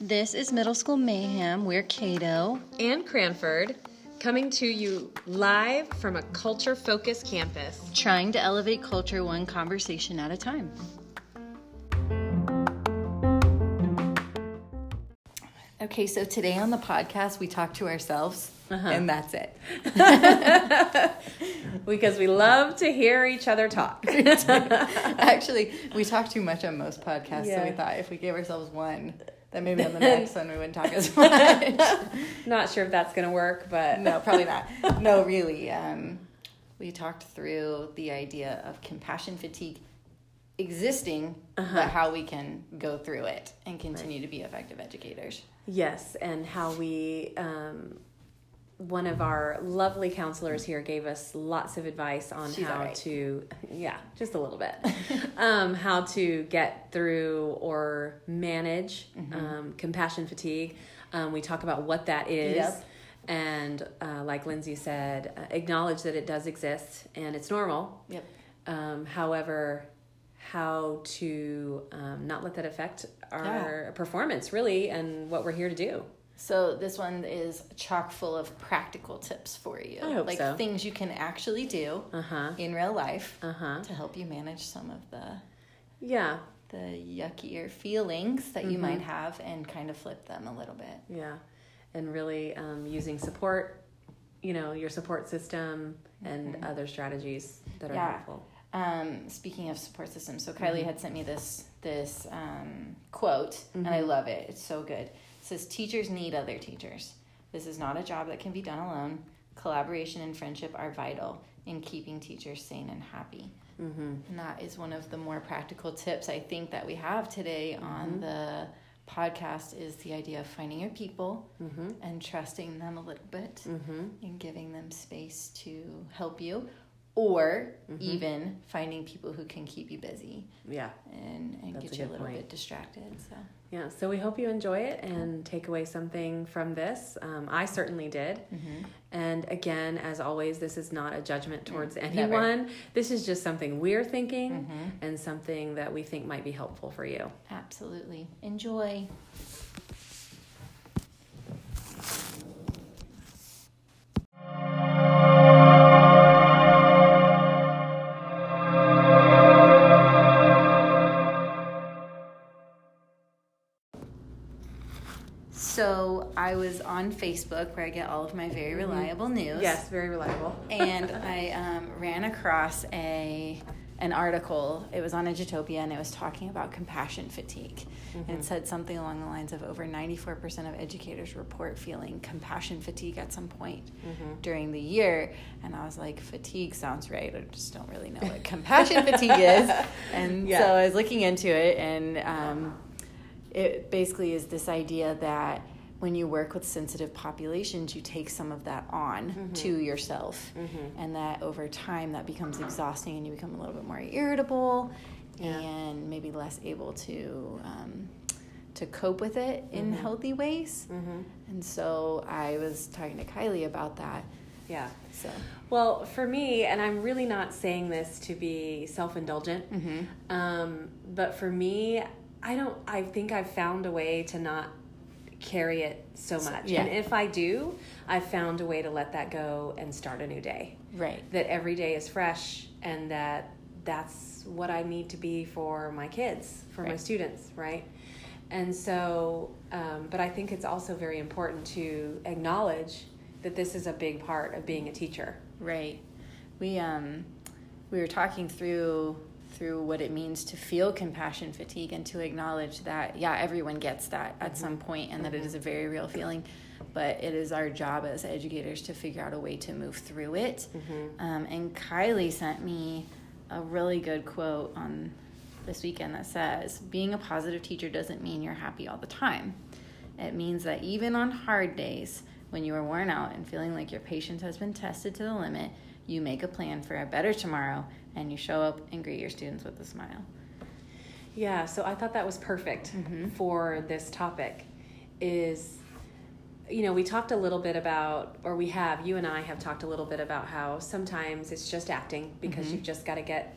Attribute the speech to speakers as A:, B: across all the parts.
A: This is Middle School Mayhem. We're Cato.
B: and Cranford coming to you live from a culture focused campus.
A: trying to elevate culture one conversation at a time.
C: Okay, so today on the podcast, we talk to ourselves,
A: Uh-huh.
C: and that's it.
B: Because we love to hear each other talk.
C: Actually, we talk too much on most podcasts, so we
B: Yeah.
C: thought if we gave ourselves one, then maybe on the next one we wouldn't talk as much.
B: Not sure if that's going to work, but
C: no, probably not. No, really. Um, we talked through the idea of compassion fatigue existing,
B: Uh-huh.
C: but how we can go through it and continue to be effective educators.
B: yes, and how we, um, one of our lovely counselors here gave us lots of advice on
C: She's
B: how
C: all right.
B: to, yeah, just a little bit, um, how to get through or manage
C: Mm-hmm.
B: um, compassion fatigue. Um, we talk about what that is.
C: Yep.
B: And uh, like Lindsay said, uh, acknowledge that it does exist and it's normal.
C: Yep.
B: Um, however, how to um, not let that affect our performance, really, and what we're here to do.
C: So this one is chock full of practical tips for you,
B: I hope
C: like
B: so.
C: things you can actually do
B: Uh-huh,
C: in real life to help you manage some of the
B: Yeah,
C: the yuckier feelings that
B: Mm-hmm.
C: you might have and kind of flip them a little bit.
B: yeah. And really um, using support, you know, your support system and other strategies that are
C: Yeah.
B: helpful.
C: Um, speaking of support systems, so Kylie had sent me this this um, quote, and I love it. It's so good. It says, "Teachers need other teachers. This is not a job that can be done alone. Collaboration and friendship are vital in keeping teachers sane and happy."
B: Mm-hmm,
C: And that is one of the more practical tips I think that we have today on the podcast is the idea of finding your people
B: mm-hmm,
C: and trusting them a little bit and giving them space to help you or
B: Mm-hmm.
C: even finding people who can keep you busy
B: Yeah.
C: and, and
B: That's
C: get
B: a
C: you a
B: good
C: little
B: point.
C: bit distracted. So
B: Yeah, so we hope you enjoy it and take away something from this. Um, I certainly did. And again, as always, this is not a judgment towards
C: Mm, never. Mm-hmm.
B: anyone. This is just something we're thinking and something that we think might be helpful for you.
C: absolutely enjoy. So I was on Facebook where I get all of my very reliable news.
B: Yes, very reliable.
C: and I um, ran across a an article. It was on Edutopia, and it was talking about compassion fatigue. And it said something along the lines of over ninety four percent of educators report feeling compassion fatigue at some point during the year. And I was like, fatigue sounds right. I just don't really know what compassion fatigue is. And
B: Yeah.
C: so I was looking into it, and um, it basically is this idea that when you work with sensitive populations, you take some of that on to yourself,
B: Mm-hmm.
C: and that over time that becomes exhausting, and you become a little bit more irritable, and maybe less able to um, to cope with it in healthy ways.
B: Mm-hmm.
C: And so I was talking to Kylie about that.
B: Yeah.
C: So
B: Well, for me, and I'm really not saying this to be self indulgent,
C: Mm.
B: um, but for me, I don't, I think I've found a way to not carry it so much.
C: yeah.
B: And if I do, I've found a way to let that go and start a new day.
C: right,
B: That every day is fresh and that that's what I need to be for my kids, for my
C: Right.
B: students, right? And so, um, but I think it's also very important to acknowledge that this is a big part of being a teacher.
C: Right. We um we were talking through through what it means to feel compassion fatigue and to acknowledge that yeah, everyone gets that at some point and that it is a very real feeling, but it is our job as educators to figure out a way to move through it. Um, and Kylie sent me a really good quote on this weekend that says, "Being a positive teacher doesn't mean you're happy all the time." It means that even on hard days, when you are worn out and feeling like your patience has been tested to the limit, you make a plan for a better tomorrow and you show up and greet your students with a smile.
B: Yeah, so I thought that was perfect for this topic. Is you know, we talked a little bit about or we have you and I have talked a little bit about how sometimes it's just acting because you've just got to get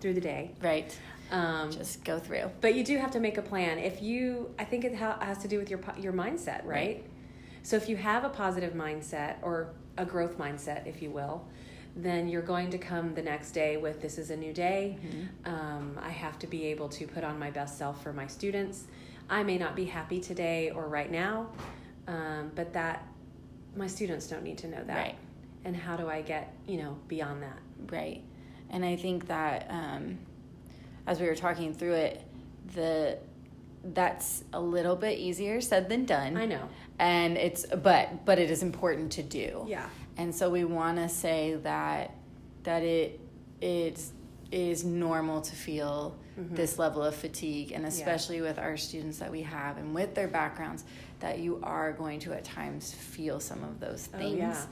B: through the day.
C: Right.
B: Um,
C: Just go through.
B: but you do have to make a plan. If you, I think it ha- has to do with your po- your mindset, right?
C: Right.
B: So if you have a positive mindset or a growth mindset, if you will, then you're going to come the next day with this is a new day. Um, I have to be able to put on my best self for my students. I may not be happy today or right now, um, but that my students don't need to know that.
C: Right.
B: And how do I get you know beyond that?
C: Right. And I think that um, as we were talking through it, the that's a little bit easier said than done.
B: I know.
C: And it's but but it is important to do.
B: Yeah.
C: And so we want to say that that it it's it is normal to feel
B: Mm-hmm.
C: this level of fatigue and especially with our students that we have and with their backgrounds that you are going to at times feel some of those
B: Oh,
C: things
B: yeah.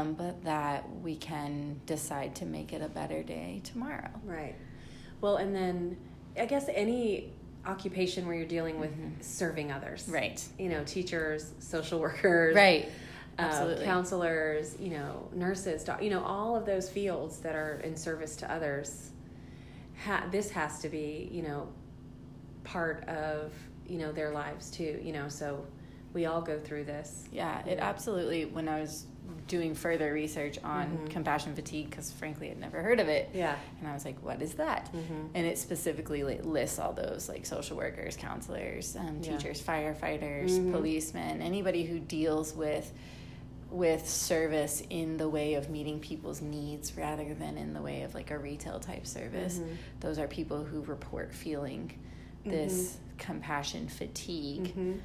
C: um, but that we can decide to make it a better day tomorrow
B: Right. Well, and then I guess any occupation where you're dealing with serving others.
C: Mm-hmm. right
B: You know, teachers, social workers,
C: right
B: uh,
C: absolutely
B: counselors, you know, nurses, doc- you know, all of those fields that are in service to others. Ha- this has to be, you know, part of, you know, their lives too, you know, so we all go through this.
C: yeah it
B: Yeah.
C: absolutely when i was doing further research on
B: Mm-hmm.
C: compassion fatigue because frankly i'd never heard of it
B: Yeah.
C: and i was like what is that and it specifically li- lists all those like social workers counselors um,
B: Yeah.
C: teachers firefighters
B: Mhm.
C: policemen anybody who deals with with service in the way of meeting people's needs rather than in the way of like a retail type service
B: Mhm.
C: those are people who report feeling
B: Mm-hmm.
C: this compassion fatigue
B: Mhm.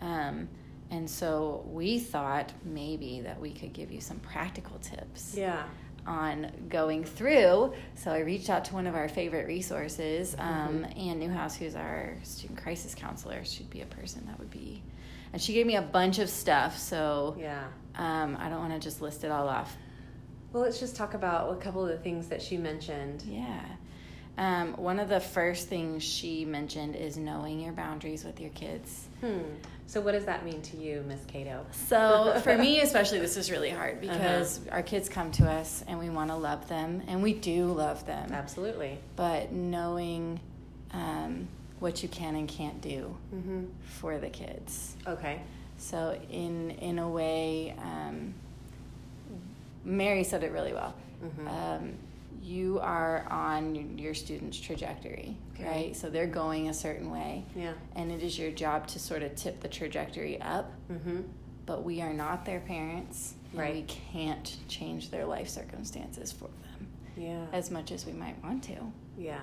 C: um, and so we thought maybe that we could give you some practical tips
B: Yeah.
C: on going through. So I reached out to one of our favorite resources, um,
B: Mm-hmm.
C: Ann Newhouse, who's our student crisis counselor. She'd be a person that would be. And she gave me a bunch of stuff, so
B: Yeah.
C: um, I don't want to just list it all off.
B: Well, let's just talk about a couple of the things that she mentioned.
C: Yeah. Um, one of the first things she mentioned is knowing your boundaries with your kids.
B: Hmm. So, what does that mean to you, Miss Cato?
C: So for me, especially, this is really hard
B: Uh-huh.
C: because our kids come to us and we want to love them, and we do love them.
B: Absolutely.
C: but knowing um, what you can and can't do
B: Mm-hmm.
C: for the kids.
B: Okay.
C: So in in a way, um, Mary said it really well.
B: Mhm.
C: Um, you are on your student's trajectory,
B: Okay.
C: right? So they're going a certain way,
B: Yeah.
C: and it is your job to sort of tip the trajectory up.
B: Mm-hmm.
C: But we are not their parents, and we
B: Right.
C: can't change their life circumstances for them
B: Yeah.
C: as much as we might want to.
B: yeah.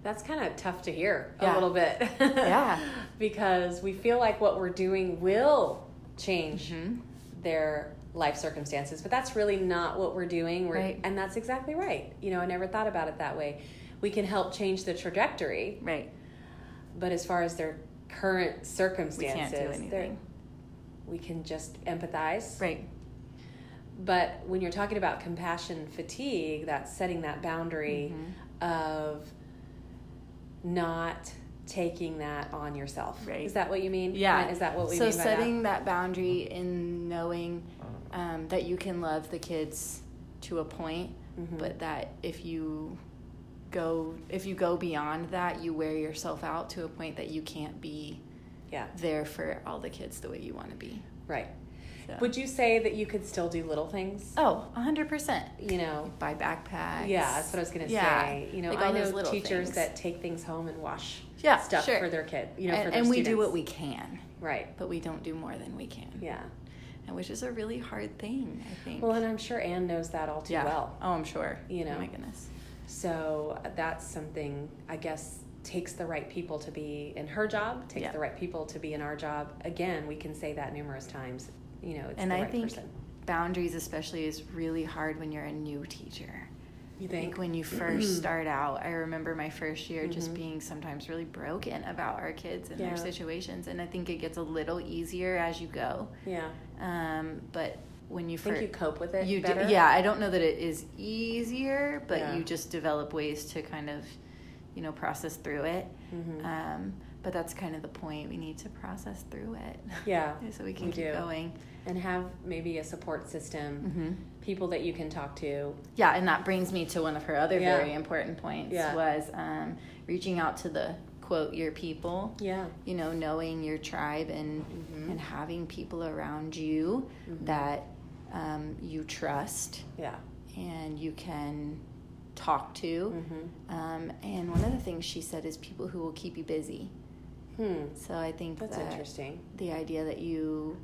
B: That's kind of tough to hear
C: Yeah.
B: a little bit.
C: Yeah.
B: Because we feel like what we're doing will change
C: Mhm.
B: their life circumstances, but that's really not what we're doing. We're,
C: Right.
B: And that's exactly right. You know, I never thought about it that way. We can help change the trajectory,
C: Right.
B: but as far as their current
C: We can't
B: circumstances,
C: do
B: they're-
C: anything.
B: we can just empathize.
C: Right.
B: But when you're talking about compassion fatigue, that's setting that
C: Mm-hmm.
B: boundary of not taking that on yourself.
C: Right.
B: Is that what you mean?
C: Yeah.
B: Is that what we
C: so
B: mean by
C: setting that? boundary in knowing um, that you can love the kids to a point,
B: Mm-hmm.
C: but that if you go if you go beyond that, you wear yourself out to a point that you can't be
B: that? Yeah.
C: there for all the kids the way you want to be.
B: Right.
C: So.
B: Would you say that you could still do little things?
C: Oh, hundred percent.
B: You know.
C: Buy backpacks.
B: Yeah, that's what I was gonna
C: Yeah.
B: say. You know,
C: Like
B: I
C: all those
B: know
C: little
B: teachers
C: things.
B: that take things home and wash
C: Yeah,
B: stuff
C: sure.
B: for their kid. You know, for
C: and,
B: their
C: and we do
B: students.
C: what we can,
B: right.
C: but we don't do more than we can,
B: Yeah.
C: and which is a really hard thing. I think.
B: Well, and I'm sure Anne knows that all too
C: yeah.
B: well.
C: Oh, I'm sure.
B: You know.
C: Oh my goodness.
B: So that's something I guess takes the right people to be in her job, takes
C: Yeah.
B: the right people to be in our job. Again, we can say that numerous times. You know, it's
C: And
B: the
C: I
B: right
C: think-
B: person.
C: boundaries especially is really hard when you're a new teacher
B: You
C: i think when you first start out i remember my first year just being sometimes really broken about our kids and
B: Mm-hmm. Yeah.
C: their situations and i think it gets a little easier as you go
B: Yeah.
C: um, but when you
B: I think
C: fir-
B: you cope with it
C: you do-
B: better.
C: yeah i don't know that it is easier but
B: Yeah.
C: you just develop ways to kind of you know process through it
B: Mhm.
C: um, but that's kind of the point we need to process through it
B: Yeah,
C: so we can
B: we
C: keep
B: do.
C: going
B: And have maybe a support system,
C: mm-hmm.
B: people that you can talk to.
C: Yeah, and that brings me to one of her other
B: Yeah.
C: very important points
B: Yeah.
C: was um, reaching out to the quote your people.
B: Yeah.
C: You know, knowing your tribe and
B: Mm-hmm.
C: and having people around you that um, you trust
B: Yeah.
C: and you can talk to.
B: Mm-hmm.
C: Um, and one of the things she said is people who will keep you busy.
B: Hmm.
C: So I think
B: That's
C: that
B: interesting.
C: the idea that you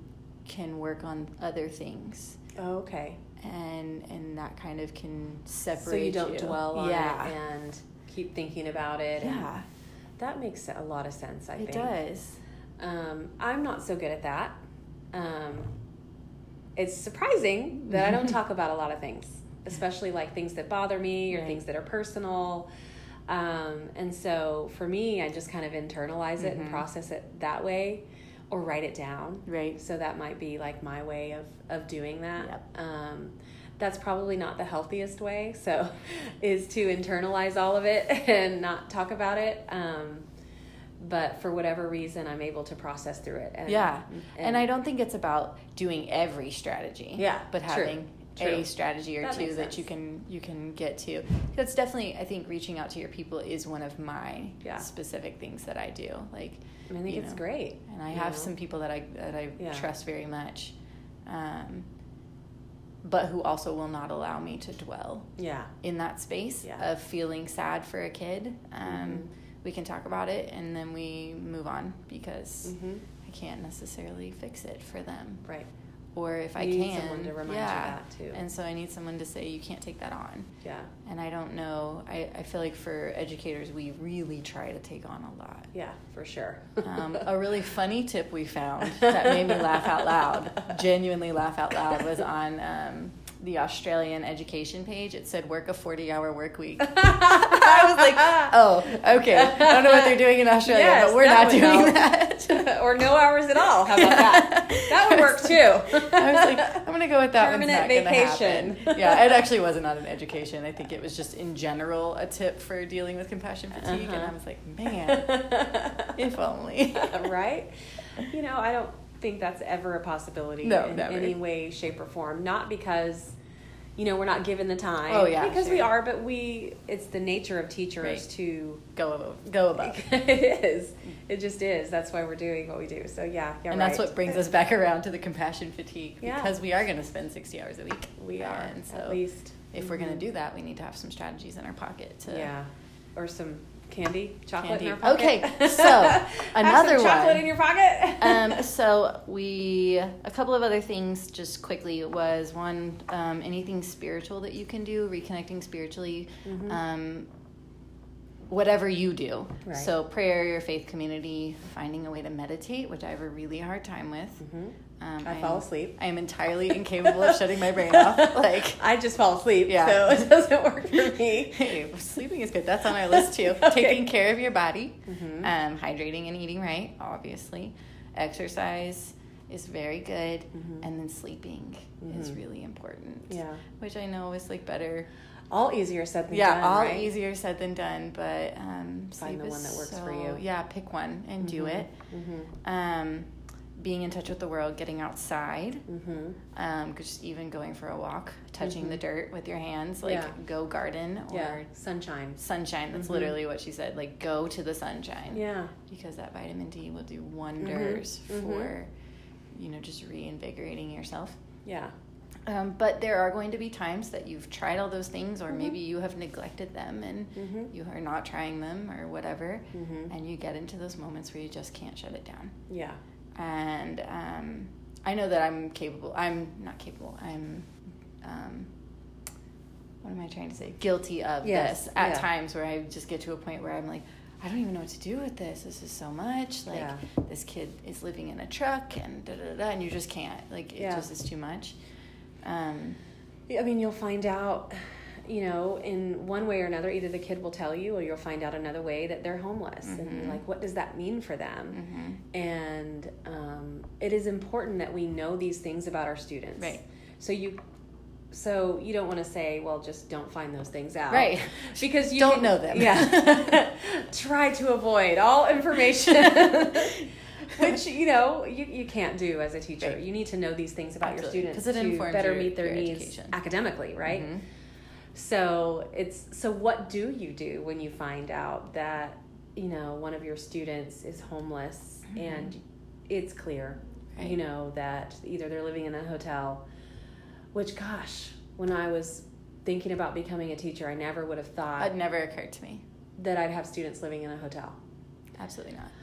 C: can work on other things
B: Oh, okay.
C: and and that kind of can separate
B: So you don't dwell on
C: yeah.
B: it and keep thinking about it. and-
C: yeah,
B: that makes a lot of sense, I
C: it
B: think.
C: does.
B: Um, I'm not so good at that. Um, it's surprising that I don't talk about a lot of things, especially like things that bother me or
C: Right.
B: things that are personal. Um, and so for me, I just kind of internalize it and process it that way or write it down.
C: Right.
B: So that might be like my way of, of doing that.
C: Yep.
B: Um, that's probably not the healthiest way. So, is to internalize all of it and not talk about it. Um, but for whatever reason, I'm able to process through it. And,
C: Yeah. And, I don't think it's about doing every strategy.
B: Yeah,
C: But
B: true,
C: having
B: true.
C: a strategy or
B: That
C: two
B: makes
C: that you
B: sense.
C: can you can get to. That's definitely I think reaching out to your people is one of my
B: Yeah.
C: specific things that I do. Like
B: I mean, I think
C: you
B: it's
C: know,
B: great.
C: and I
B: you
C: have
B: know?
C: some people that I that I
B: Yeah.
C: trust very much. Um but who also will not allow me to dwell
B: Yeah.
C: in that space
B: Yeah. Mm-hmm.
C: of feeling sad for a kid. Um, We can talk about it and then we move on because
B: hmm
C: I can't necessarily fix it for them.
B: Right.
C: Or if I
B: You need
C: can,
B: someone to remind you
C: yeah.
B: that, too.
C: And so I need someone to say you can't take that on.
B: Yeah.
C: And I don't know. I, I feel like for educators, we really try to take on a lot.
B: Yeah. For sure.
C: Um, a really funny tip we found that made me laugh out loud, genuinely laugh out loud, was on um, the Australian education page. It said, work a 40 hour work week. I was like, oh, okay. I don't know what they're doing in Australia,
B: Yes,
C: but we're
B: that
C: not
B: would
C: doing
B: help.
C: that.
B: or no hours at all. How about that? That would work too.
C: I was like, I'm gonna go with that. one's
B: Permanent
C: not gonna
B: vacation.
C: happen. Yeah, it actually wasn't on an education. I think it was just in general a tip for dealing with compassion fatigue.
B: Uh-huh.
C: And I was like, man, if only.
B: right? You know, I don't think that's ever a possibility
C: No,
B: in
C: never.
B: any way, shape, or form. Not because you know we're not given the time.
C: Oh, yeah,
B: because we
C: sure.
B: are, but we it's the nature of teachers
C: Right.
B: to.
C: Go above. Go above.
B: it is. It just is. That's why we're doing what we do. So yeah, yeah,
C: and
B: right.
C: that's what brings us back around to the compassion fatigue
B: Yeah.
C: because we are going to spend 60 hours a week.
B: we are.
C: And so
B: at least
C: if we're going to do that, we need to have some strategies in our pocket to
B: yeah, or some candy, chocolate in
C: Candy.
B: our pocket.
C: Okay, so,
B: Have
C: another
B: some chocolate
C: one.
B: in your pocket.
C: um, so we a couple of other things just quickly was one um, anything spiritual that you can do reconnecting spiritually
B: Mm-hmm.
C: um, whatever you do
B: Right.
C: so prayer your faith community finding a way to meditate which i have a really hard time with um,
B: Mm-hmm. I
C: am-
B: fall asleep.
C: i am entirely incapable of shutting my brain off like
B: I just fall asleep,
C: Yeah.
B: so it doesn't work for me.
C: Hey, sleeping is good. That's on our list too.
B: Okay.
C: Taking care of your body, um, hydrating and eating right, obviously. Exercise is very good, and then sleeping is really important.
B: Yeah.
C: which I know is like better.
B: All easier said than
C: yeah,
B: done.
C: all
B: right?
C: easier said than done, but um,
B: Find
C: sleep
B: the
C: is
B: one that works for
C: so-
B: you.
C: Yeah, pick one and do it.
B: Mm-hmm.
C: Um, being in touch with the world, getting outside,
B: Mm-hmm.
C: um, just even going for a walk, touching the dirt with your hands, like
B: Yeah.
C: go garden or
B: Yeah. Sunshine.
C: sunshine. That's literally what she said. Like, go to the sunshine
B: Yeah.
C: because that vitamin D will do wonders for, you know, just reinvigorating yourself.
B: Yeah.
C: Um, but there are going to be times that you've tried all those things, or maybe you have neglected them and
B: Mm-hmm.
C: you are not trying them or whatever, and you get into those moments where you just can't shut it down.
B: Yeah.
C: And um, I know that I'm capable. I'm not capable. I'm. Um, what am I trying to say? Guilty of
B: Yes,
C: this at
B: yeah.
C: times where I just get to a point where I'm like, I don't even know what to do with this. This is so much. Like
B: Yeah.
C: this kid is living in a truck and da da da, da, and you just can't. Like it
B: Yeah.
C: just is too much. Um,
B: I mean, you'll find out, you know, in one way or another, either the kid will tell you or you'll find out another way that they're homeless. And
C: Mm-hmm.
B: you're like, what does that mean for them? And um, it is important that we know these things about our students.
C: Right.
B: So you. So you don't want to say, well, just don't find those things out,
C: Right.
B: Because you
C: Don't
B: can-
C: know them.
B: Yeah, try to avoid all information which you know you, you can't do as a teacher
C: Right.
B: you need to know these things about
C: Absolutely,
B: your
C: 'cause it
B: students to
C: informs
B: better
C: your-
B: meet their
C: your
B: needs
C: education.
B: academically right
C: Mhm.
B: so it's so what do you do when you find out that you know one of your students is homeless and it's clear you
C: Right.
B: know that either they're living in a hotel which gosh when i was thinking about becoming a teacher i never would have thought
C: That never occurred to me.
B: that i'd have students living in a hotel
C: Absolutely not.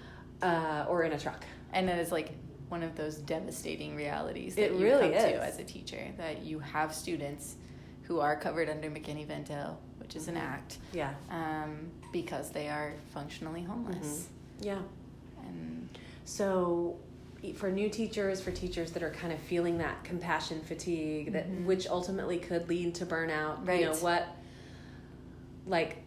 B: uh, or in a truck
C: And it is like one of those devastating realities that
B: It
C: you
B: really
C: come to
B: is.
C: as a teacher that you have students who are covered under McKinney-Vento, which is an
B: Mm-hmm.
C: act,
B: yeah
C: um, because they are functionally homeless.
B: yeah Mm-hmm.
C: And
B: So, e, for new teachers, for teachers that are kind of feeling that compassion fatigue, that which ultimately could lead to burnout. You know
C: Mm-hmm. Right.
B: what? Like,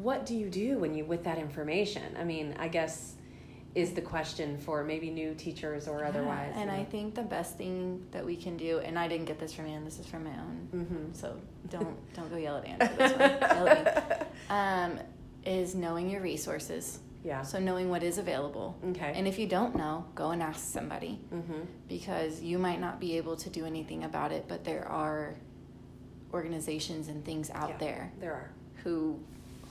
B: what do you do when you with that information? I mean, I guess is the question for maybe new teachers or otherwise.
C: and I think the best thing that we can do, and I didn't get this from Anne. This is from my own.
B: Mhm.
C: So don't don't go yell at Anne for this one. yell at me. Um, is knowing your resources.
B: yeah.
C: So knowing what is available.
B: Okay.
C: And if you don't know, go and ask somebody
B: mm-hmm.
C: because you might not be able to do anything about it, but there are organizations and things out there
B: there are.
C: who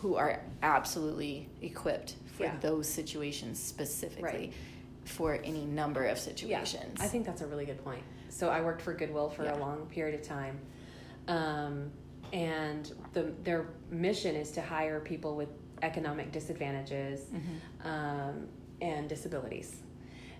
C: who are absolutely equipped for
B: Yeah.
C: those situations specifically for any number of situations.
B: Yeah, I think that's a really good point. So I worked for Goodwill for
C: Yeah.
B: a long period of time, um, and the, their mission is to hire people with economic disadvantages
C: Mm-hmm.
B: um, and disabilities.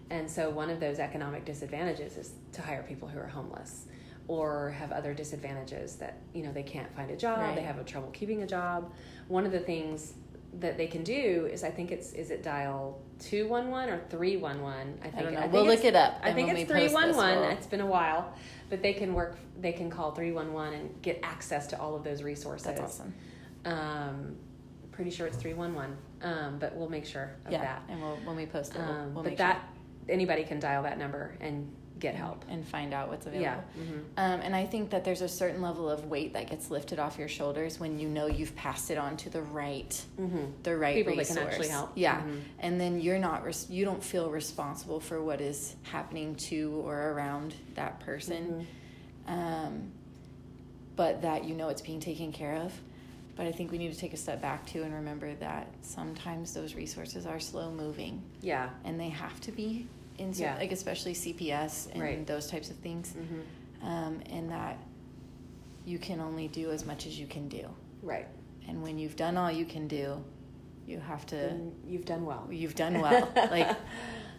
B: And so one of those economic disadvantages is to hire people who are homeless or have other disadvantages that you know they can't find a job,
C: Right.
B: they have trouble keeping a job. One of the things that they can do is I think it's is it dial two one one or three one one. I
C: I
B: think
C: don't know.
B: think
C: we'll
B: it's-
C: look it up.
B: I
C: and
B: think
C: when
B: it's
C: we post
B: three
C: this,
B: one one.
C: we'll-
B: It's been a while, but they can work. They can call three one one and get access to all of those resources.
C: That's awesome.
B: Um, pretty sure it's three one one, um, but we'll make sure of
C: Yeah,
B: that.
C: and we'll, when we post it, we'll,
B: Um,
C: we'll
B: but
C: make
B: that anybody can dial that number and get
C: sure
B: help.
C: and find out what's available.
B: Yeah, hmm
C: Um, and I think that there's a certain level of weight that gets lifted off your shoulders when you know you've passed it on to the right, the right
B: Mm-hmm. People that
C: resource.
B: can actually help.
C: Yeah,
B: Mhm.
C: and then you're not res- you don't feel responsible for what is happening to or around that person,
B: Mm-hmm.
C: um, but that you know it's being taken care of. But I think we need to take a step back too and remember that sometimes those resources are slow moving
B: yeah,
C: and they have to be in cer-
B: Yeah.
C: like especially CPS and
B: Right.
C: those types of things
B: hmm
C: um, and that you can only do as much as you can do.
B: right.
C: And when you've done all you can do, you have to,
B: Then you've done well.
C: you've done well. like,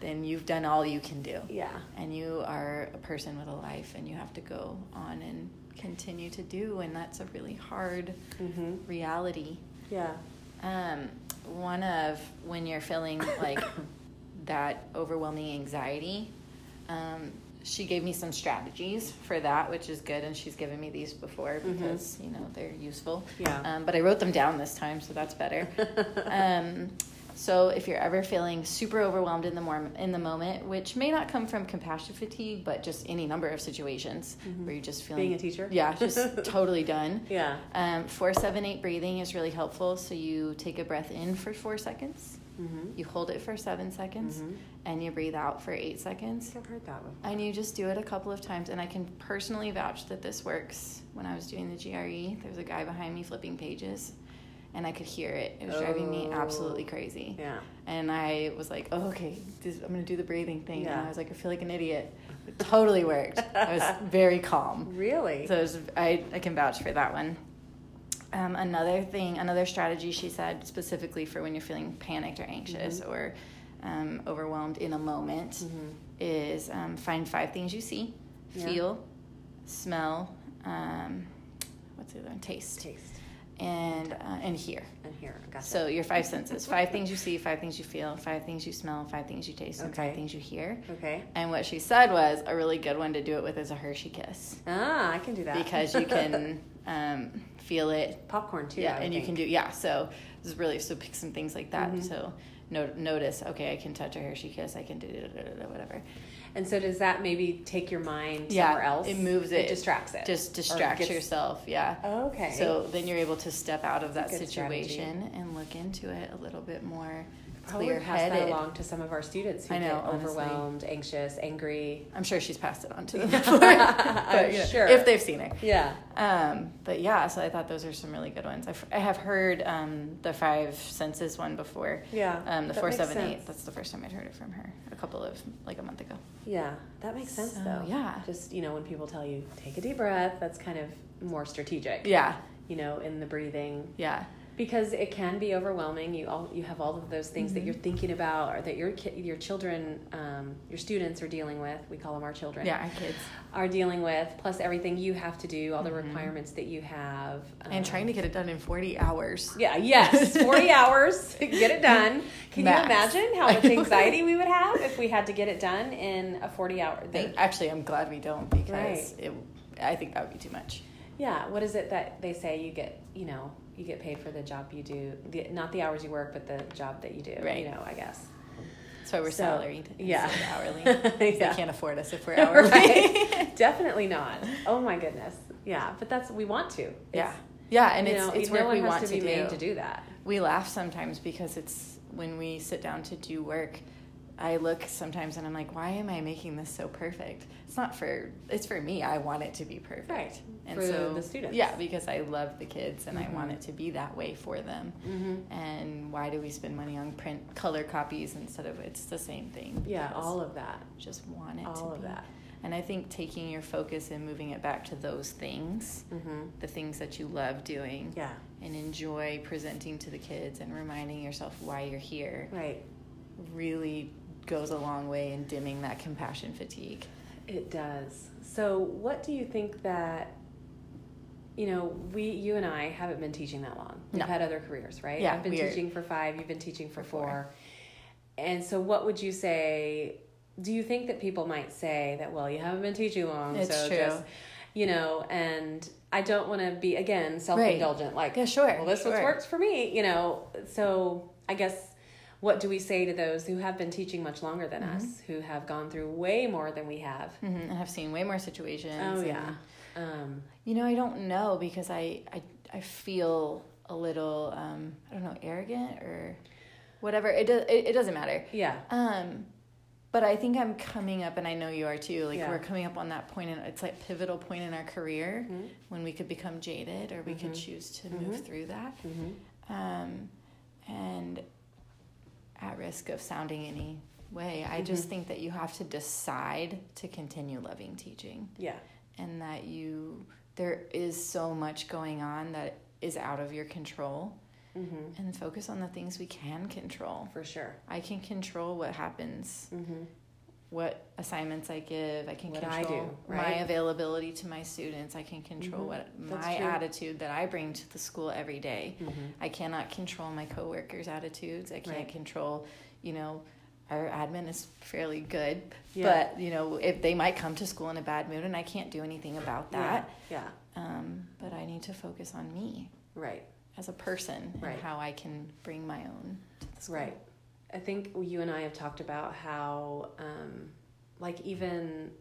C: then you've done all you can do.
B: Yeah,
C: And you are a person with a life and you have to go on and continue to do. And that's a really hard
B: hmm
C: reality.
B: yeah,
C: Um, one of when you're feeling like that overwhelming anxiety, um, she gave me some strategies for that, which is good, and she's given me these before
B: Mhm.
C: because you know they're useful.
B: Yeah.
C: Um, but I wrote them down this time, so that's better. um, so if you're ever feeling super overwhelmed in the mor- in the moment, which may not come from compassion fatigue, but just any number of situations where you're just feeling
B: Mm-hmm. Being a teacher?
C: yeah, just totally done.
B: yeah.
C: Um, four, seven, eight breathing is really helpful. So you take a breath in for four seconds,
B: Mm-hmm.
C: you hold it for seven seconds,
B: Mhm.
C: and you breathe out for eight
B: I
C: seconds.
B: think I've heard that one.
C: And you just do it a couple of times. And I can personally vouch that this works. When I was doing the GRE, there was a guy behind me flipping pages, and I could hear it. It was driving me
B: Oh.
C: absolutely crazy.
B: Yeah.
C: And I was like, oh, okay, this, I'm going to do the breathing thing. And
B: Yeah.
C: I was like, I feel like an idiot. It totally worked. I was very calm.
B: Really?
C: So it was, I, I can vouch for that one. Um, another thing, another strategy she said specifically for when you're feeling panicked or anxious
B: Mm-hmm.
C: or um, overwhelmed in a moment is um, find five things you see,
B: Yeah.
C: feel, smell, um, what's the other one? Taste,
B: Taste
C: and uh, and hear.
B: and here. Gotcha.
C: So your five senses: five things you see, five things you feel, five things you smell, five things you taste, and
B: Okay.
C: five things you hear.
B: okay.
C: And what she said was a really good one to do it with is a Hershey kiss
B: Ah, I can do that
C: because you can um, feel it.
B: popcorn too.
C: Yeah,
B: I would
C: and you can
B: think.
C: do yeah. So this is really so pick some things like that.
B: Mhm.
C: So no, notice okay, I can touch a Hershey kiss. I can do da, da, da, da, da, whatever.
B: And so does that maybe take your mind
C: Yeah,
B: somewhere else?
C: it moves it.
B: distracts it.
C: Just
B: Or
C: distract
B: gets-
C: yourself. Yeah.
B: Okay.
C: So then you're able to step out of that
B: That's a good
C: situation and look into it a little bit more
B: Clear
C: clear
B: would pass that
C: headed.
B: along to some of our students who
C: I know,
B: get
C: honestly.
B: overwhelmed, anxious, angry.
C: I'm sure she's passed it on to them before. but, you know,
B: sure.
C: If they've seen it.
B: Yeah.
C: Um, but yeah, so I thought those are some really good ones. I've, I have heard um, the five senses one before.
B: Yeah,
C: Um, the
B: that
C: four,
B: makes
C: seven, eight.
B: sense.
C: That's the first time I'd heard it from her a couple of, like a month ago.
B: Yeah. That makes sense
C: So,
B: though.
C: yeah.
B: Just, you know, when people tell you take a deep breath, that's kind of more strategic.
C: Yeah.
B: You know, in the breathing
C: Yeah.
B: because it can be overwhelming. You all you have all of those things
C: Mm-hmm.
B: that you're thinking about or that your ki- your children, um, your students are dealing with. We call them our children.
C: Yeah, our kids.
B: Are dealing with plus everything you have to do, all the requirements that you have,
C: Mm-hmm.
B: um,
C: And trying to get it done in 40 hours.
B: Yeah, yes, 40 hours, get it done. Can
C: Max.
B: you imagine how much anxiety we would have if we had to get it done in a 40 hour thing?
C: Thank- Actually, I'm glad we don't because
B: Right.
C: it, I think that would be too much.
B: Yeah, what is it that they say you get, you know, you get paid for the job you do, the, not the hours you work, but the job that you do,
C: Right.
B: you know, I guess.
C: That's why we're
B: So,
C: salaried. instead
B: yeah.
C: of hourly. 'Cause
B: Yeah.
C: They can't afford us if we're hourly.
B: Right? Definitely not. Oh my goodness. Yeah, but that's, we want to. It's-
C: Yeah. Yeah, and
B: you
C: it's,
B: know,
C: it's
B: no
C: work
B: one
C: we
B: has
C: want
B: to be made to do that.
C: we laugh sometimes because it's when we sit down to do work i look sometimes and i'm like why am i making this so perfect it's not for it's for me i want it to be perfect
B: Right.
C: and
B: for
C: so
B: the students.
C: yeah because i love the kids and i want it to be that way for them
B: Mm-hmm.
C: and why do we spend money on print color copies instead of it's the same thing
B: Yeah,
C: because
B: all of that.
C: we just want it
B: All
C: to
B: of
C: be
B: that.
C: and i think taking your focus and moving it back to those things
B: Mm-hmm.
C: the things that you love doing
B: Yeah,
C: and enjoy presenting to the kids and reminding yourself why you're here
B: right.
C: really goes a long way in dimming that compassion fatigue.
B: It does. So, what do you think that you know, we you and I haven't been teaching that long. We've
C: No.
B: had other careers, right?
C: Yeah,
B: I've been
C: we are-
B: teaching for 5, you've been teaching for 4.
C: four.
B: And so what would you say do you think that people might say that well, you haven't been teaching long,
C: It's
B: so
C: true.
B: just you know, and I don't want to be again self-indulgent like
C: Yeah, sure.
B: well, this what's
C: sure.
B: worked for me, you know. So I guess what do we say to those who have been teaching much longer than
C: Mm-hmm.
B: us, who have gone through way more than we have?
C: Mhm, And I've seen way more situations.
B: Oh
C: and-
B: yeah. Um,
C: You know, I don't know because I I, I feel a little um, I don't know arrogant or whatever. It does it, it doesn't matter.
B: yeah.
C: Um, but I think I'm coming up, and I know you are too. Like
B: Yeah.
C: we're coming up on that point, and it's like pivotal point in our career
B: Mhm.
C: when we could become jaded, or we could choose to move through that.
B: Mm-hmm.
C: Um, and at risk of sounding any way, I just think that you have to decide to continue loving teaching,
B: Yeah.
C: and that you there is so much going on that is out of your control,
B: hmm
C: and focus on the things we can control.
B: For sure.
C: I can control what happens
B: Mm-hmm.
C: what assignments I give. I can
B: What I
C: control
B: do,
C: my
B: right?
C: availability to my students. I can control
B: Mhm.
C: what
B: That's
C: my
B: true.
C: attitude that I bring to the school every day.
B: Mm-hmm.
C: I cannot control my coworkers' attitudes. I can't
B: Right.
C: control, you know, our admin is fairly good,
B: Yeah.
C: but you know, if they might come to school in a bad mood and I can't do anything about that.
B: Yeah. yeah.
C: Um, but I need to focus on me
B: Right.
C: as a person
B: Right.
C: and how I can bring my own to the school.
B: Right. I think you and I have talked about how, um, like, even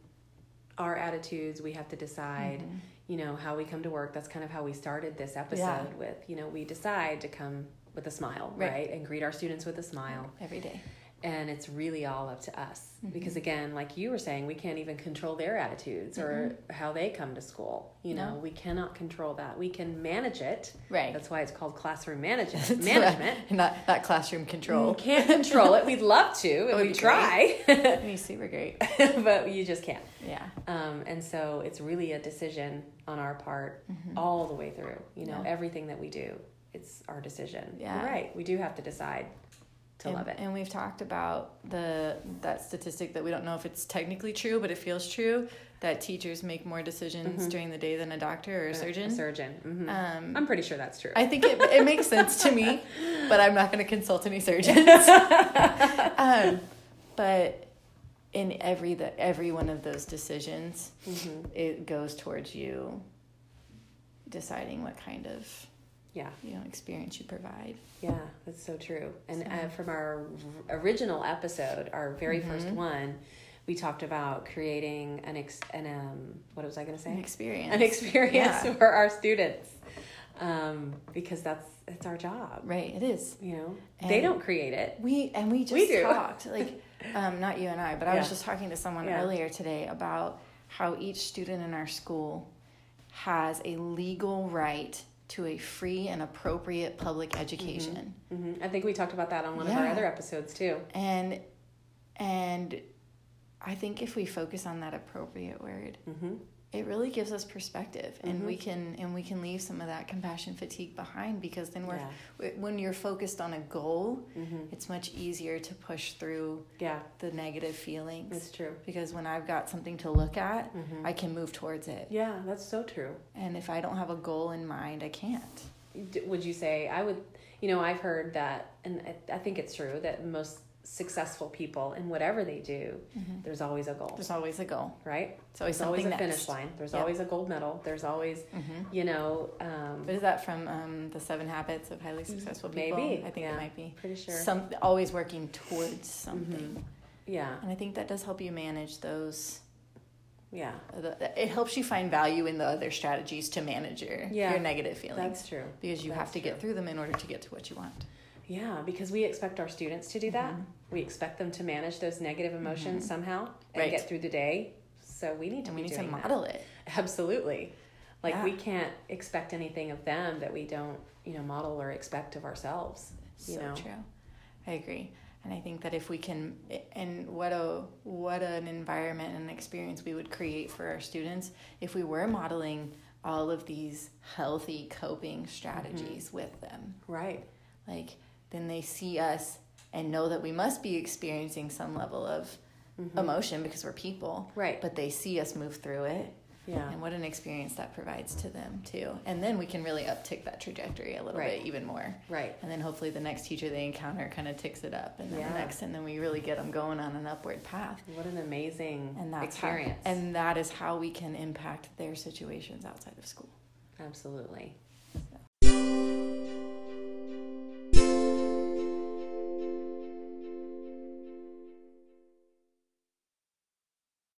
B: our attitudes, we have to decide,
C: Mm-hmm.
B: you know, how we come to work. That's kind of how we started this episode
C: Yeah.
B: with, you know, we decide to come with a smile, right?
C: Right.
B: And greet our students with a smile.
C: Every day.
B: And it's really all up to us.
C: Mm-hmm.
B: Because, again, like you were saying, we can't even control their attitudes or how they come to school. You know,
C: Mm-hmm. No.
B: we cannot control that. We can manage it.
C: Right.
B: That's why it's called classroom management.
C: That's
B: management.
C: right. Not that classroom control.
B: We can't control it. We'd love to, and
C: would
B: we
C: be
B: try,
C: That'd be super great.
B: but you just can't.
C: Yeah.
B: Um, and so it's really a decision on our part all the way through. You know,
C: Mm-hmm. Yeah.
B: everything that we do, it's our decision. You're
C: Yeah.
B: right. We do have to decide to
C: and,
B: love it.
C: And we've talked about the that statistic that we don't know if it's technically true, but it feels true that teachers make more decisions during the day Mm-hmm. than a doctor or a surgeon.
B: A surgeon. hmm
C: Um,
B: I'm pretty sure that's true.
C: I think it, it makes sense to me, but I'm not going to consult any surgeons. um, but in every the, every one of those decisions,
B: hmm
C: it goes towards you deciding what kind of
B: Yeah.
C: you know experience you provide.
B: Yeah, that's so true. And
C: So-
B: uh, from our r- original episode, our very first
C: Mhm.
B: one, we talked about creating an ex- an um what was I going to say?
C: An experience.
B: an experience
C: Yeah.
B: for our students. um, because that's it's our job.
C: Right, it is.
B: You know,
C: And-
B: they don't create it.
C: We and we just
B: We do.
C: talked like um, not you and I, but I was
B: Yeah.
C: just talking to someone
B: Yeah.
C: earlier today about how each student in our school has a legal right to a free and appropriate
B: Mm-hmm.
C: public education.
B: hmm I think we talked about that on one of our
C: Yeah.
B: other episodes too.
C: And and I think if we focus on that appropriate word,
B: hmm
C: it really gives us perspective and
B: Mhm.
C: we can and we can leave some of that compassion fatigue behind because then we're
B: Yeah.
C: w- when you're focused on a goal,
B: hmm
C: it's much easier to push through
B: Yeah,
C: the negative feelings.
B: that's true.
C: because when I've got something to look at,
B: hmm
C: I can move towards it.
B: Yeah, that's so true.
C: And if I don't have a goal in mind, I can't.
B: D- Would you say I would? You know, I've heard that, and I, I think it's true that most successful people in whatever they do, there's always a goal,
C: There's always a goal.
B: right?
C: It's always
B: Mm-hmm. There's always
C: something
B: a
C: next.
B: finish line. There's
C: Yep.
B: always a gold medal. There's always,
C: Mhm.
B: you know, um,
C: What is that from um, the Seven Habits of Highly Successful People?
B: Mm-hmm. Maybe,
C: I think
B: yeah.
C: it might be.
B: pretty sure. Mm-hmm.
C: Some always working towards something,
B: yeah,
C: and I think that does help you manage those.
B: yeah,
C: the- It helps you find value in the other strategies to manage your
B: Yeah.
C: your negative feelings
B: that's true.
C: because you have
B: that's
C: to
B: true.
C: get through them in order to get to what you want.
B: Yeah, because we expect our students to do that.
C: Mm-hmm.
B: We expect them to manage those negative emotions somehow and
C: Right.
B: get through the day. So we need to
C: And we
B: be
C: need to
B: doing that.
C: model it.
B: Absolutely. Like we
C: Yeah.
B: can't expect anything of them that we don't, you know, model or expect of ourselves.
C: so
B: You know.
C: true i agree and i think that if we can and what a what an environment and experience we would create for our students if we were modeling all of these healthy coping strategies
B: Mm-hmm.
C: with them
B: Right.
C: like then they see us and know that we must be experiencing some level of
B: Mm-hmm.
C: emotion because we're people
B: Right.
C: but they see us move through it
B: Yeah.
C: and what an experience that provides to them too and then we can really uptick that trajectory a little
B: Right.
C: bit even more
B: Right.
C: and then hopefully the next teacher they encounter kind of ticks it up, and then
B: Yeah.
C: the next, and then we really get them going on an upward path.
B: What an amazing
C: And that's
B: experience.
C: How, and that is how we can impact their situations outside of school.
B: Absolutely.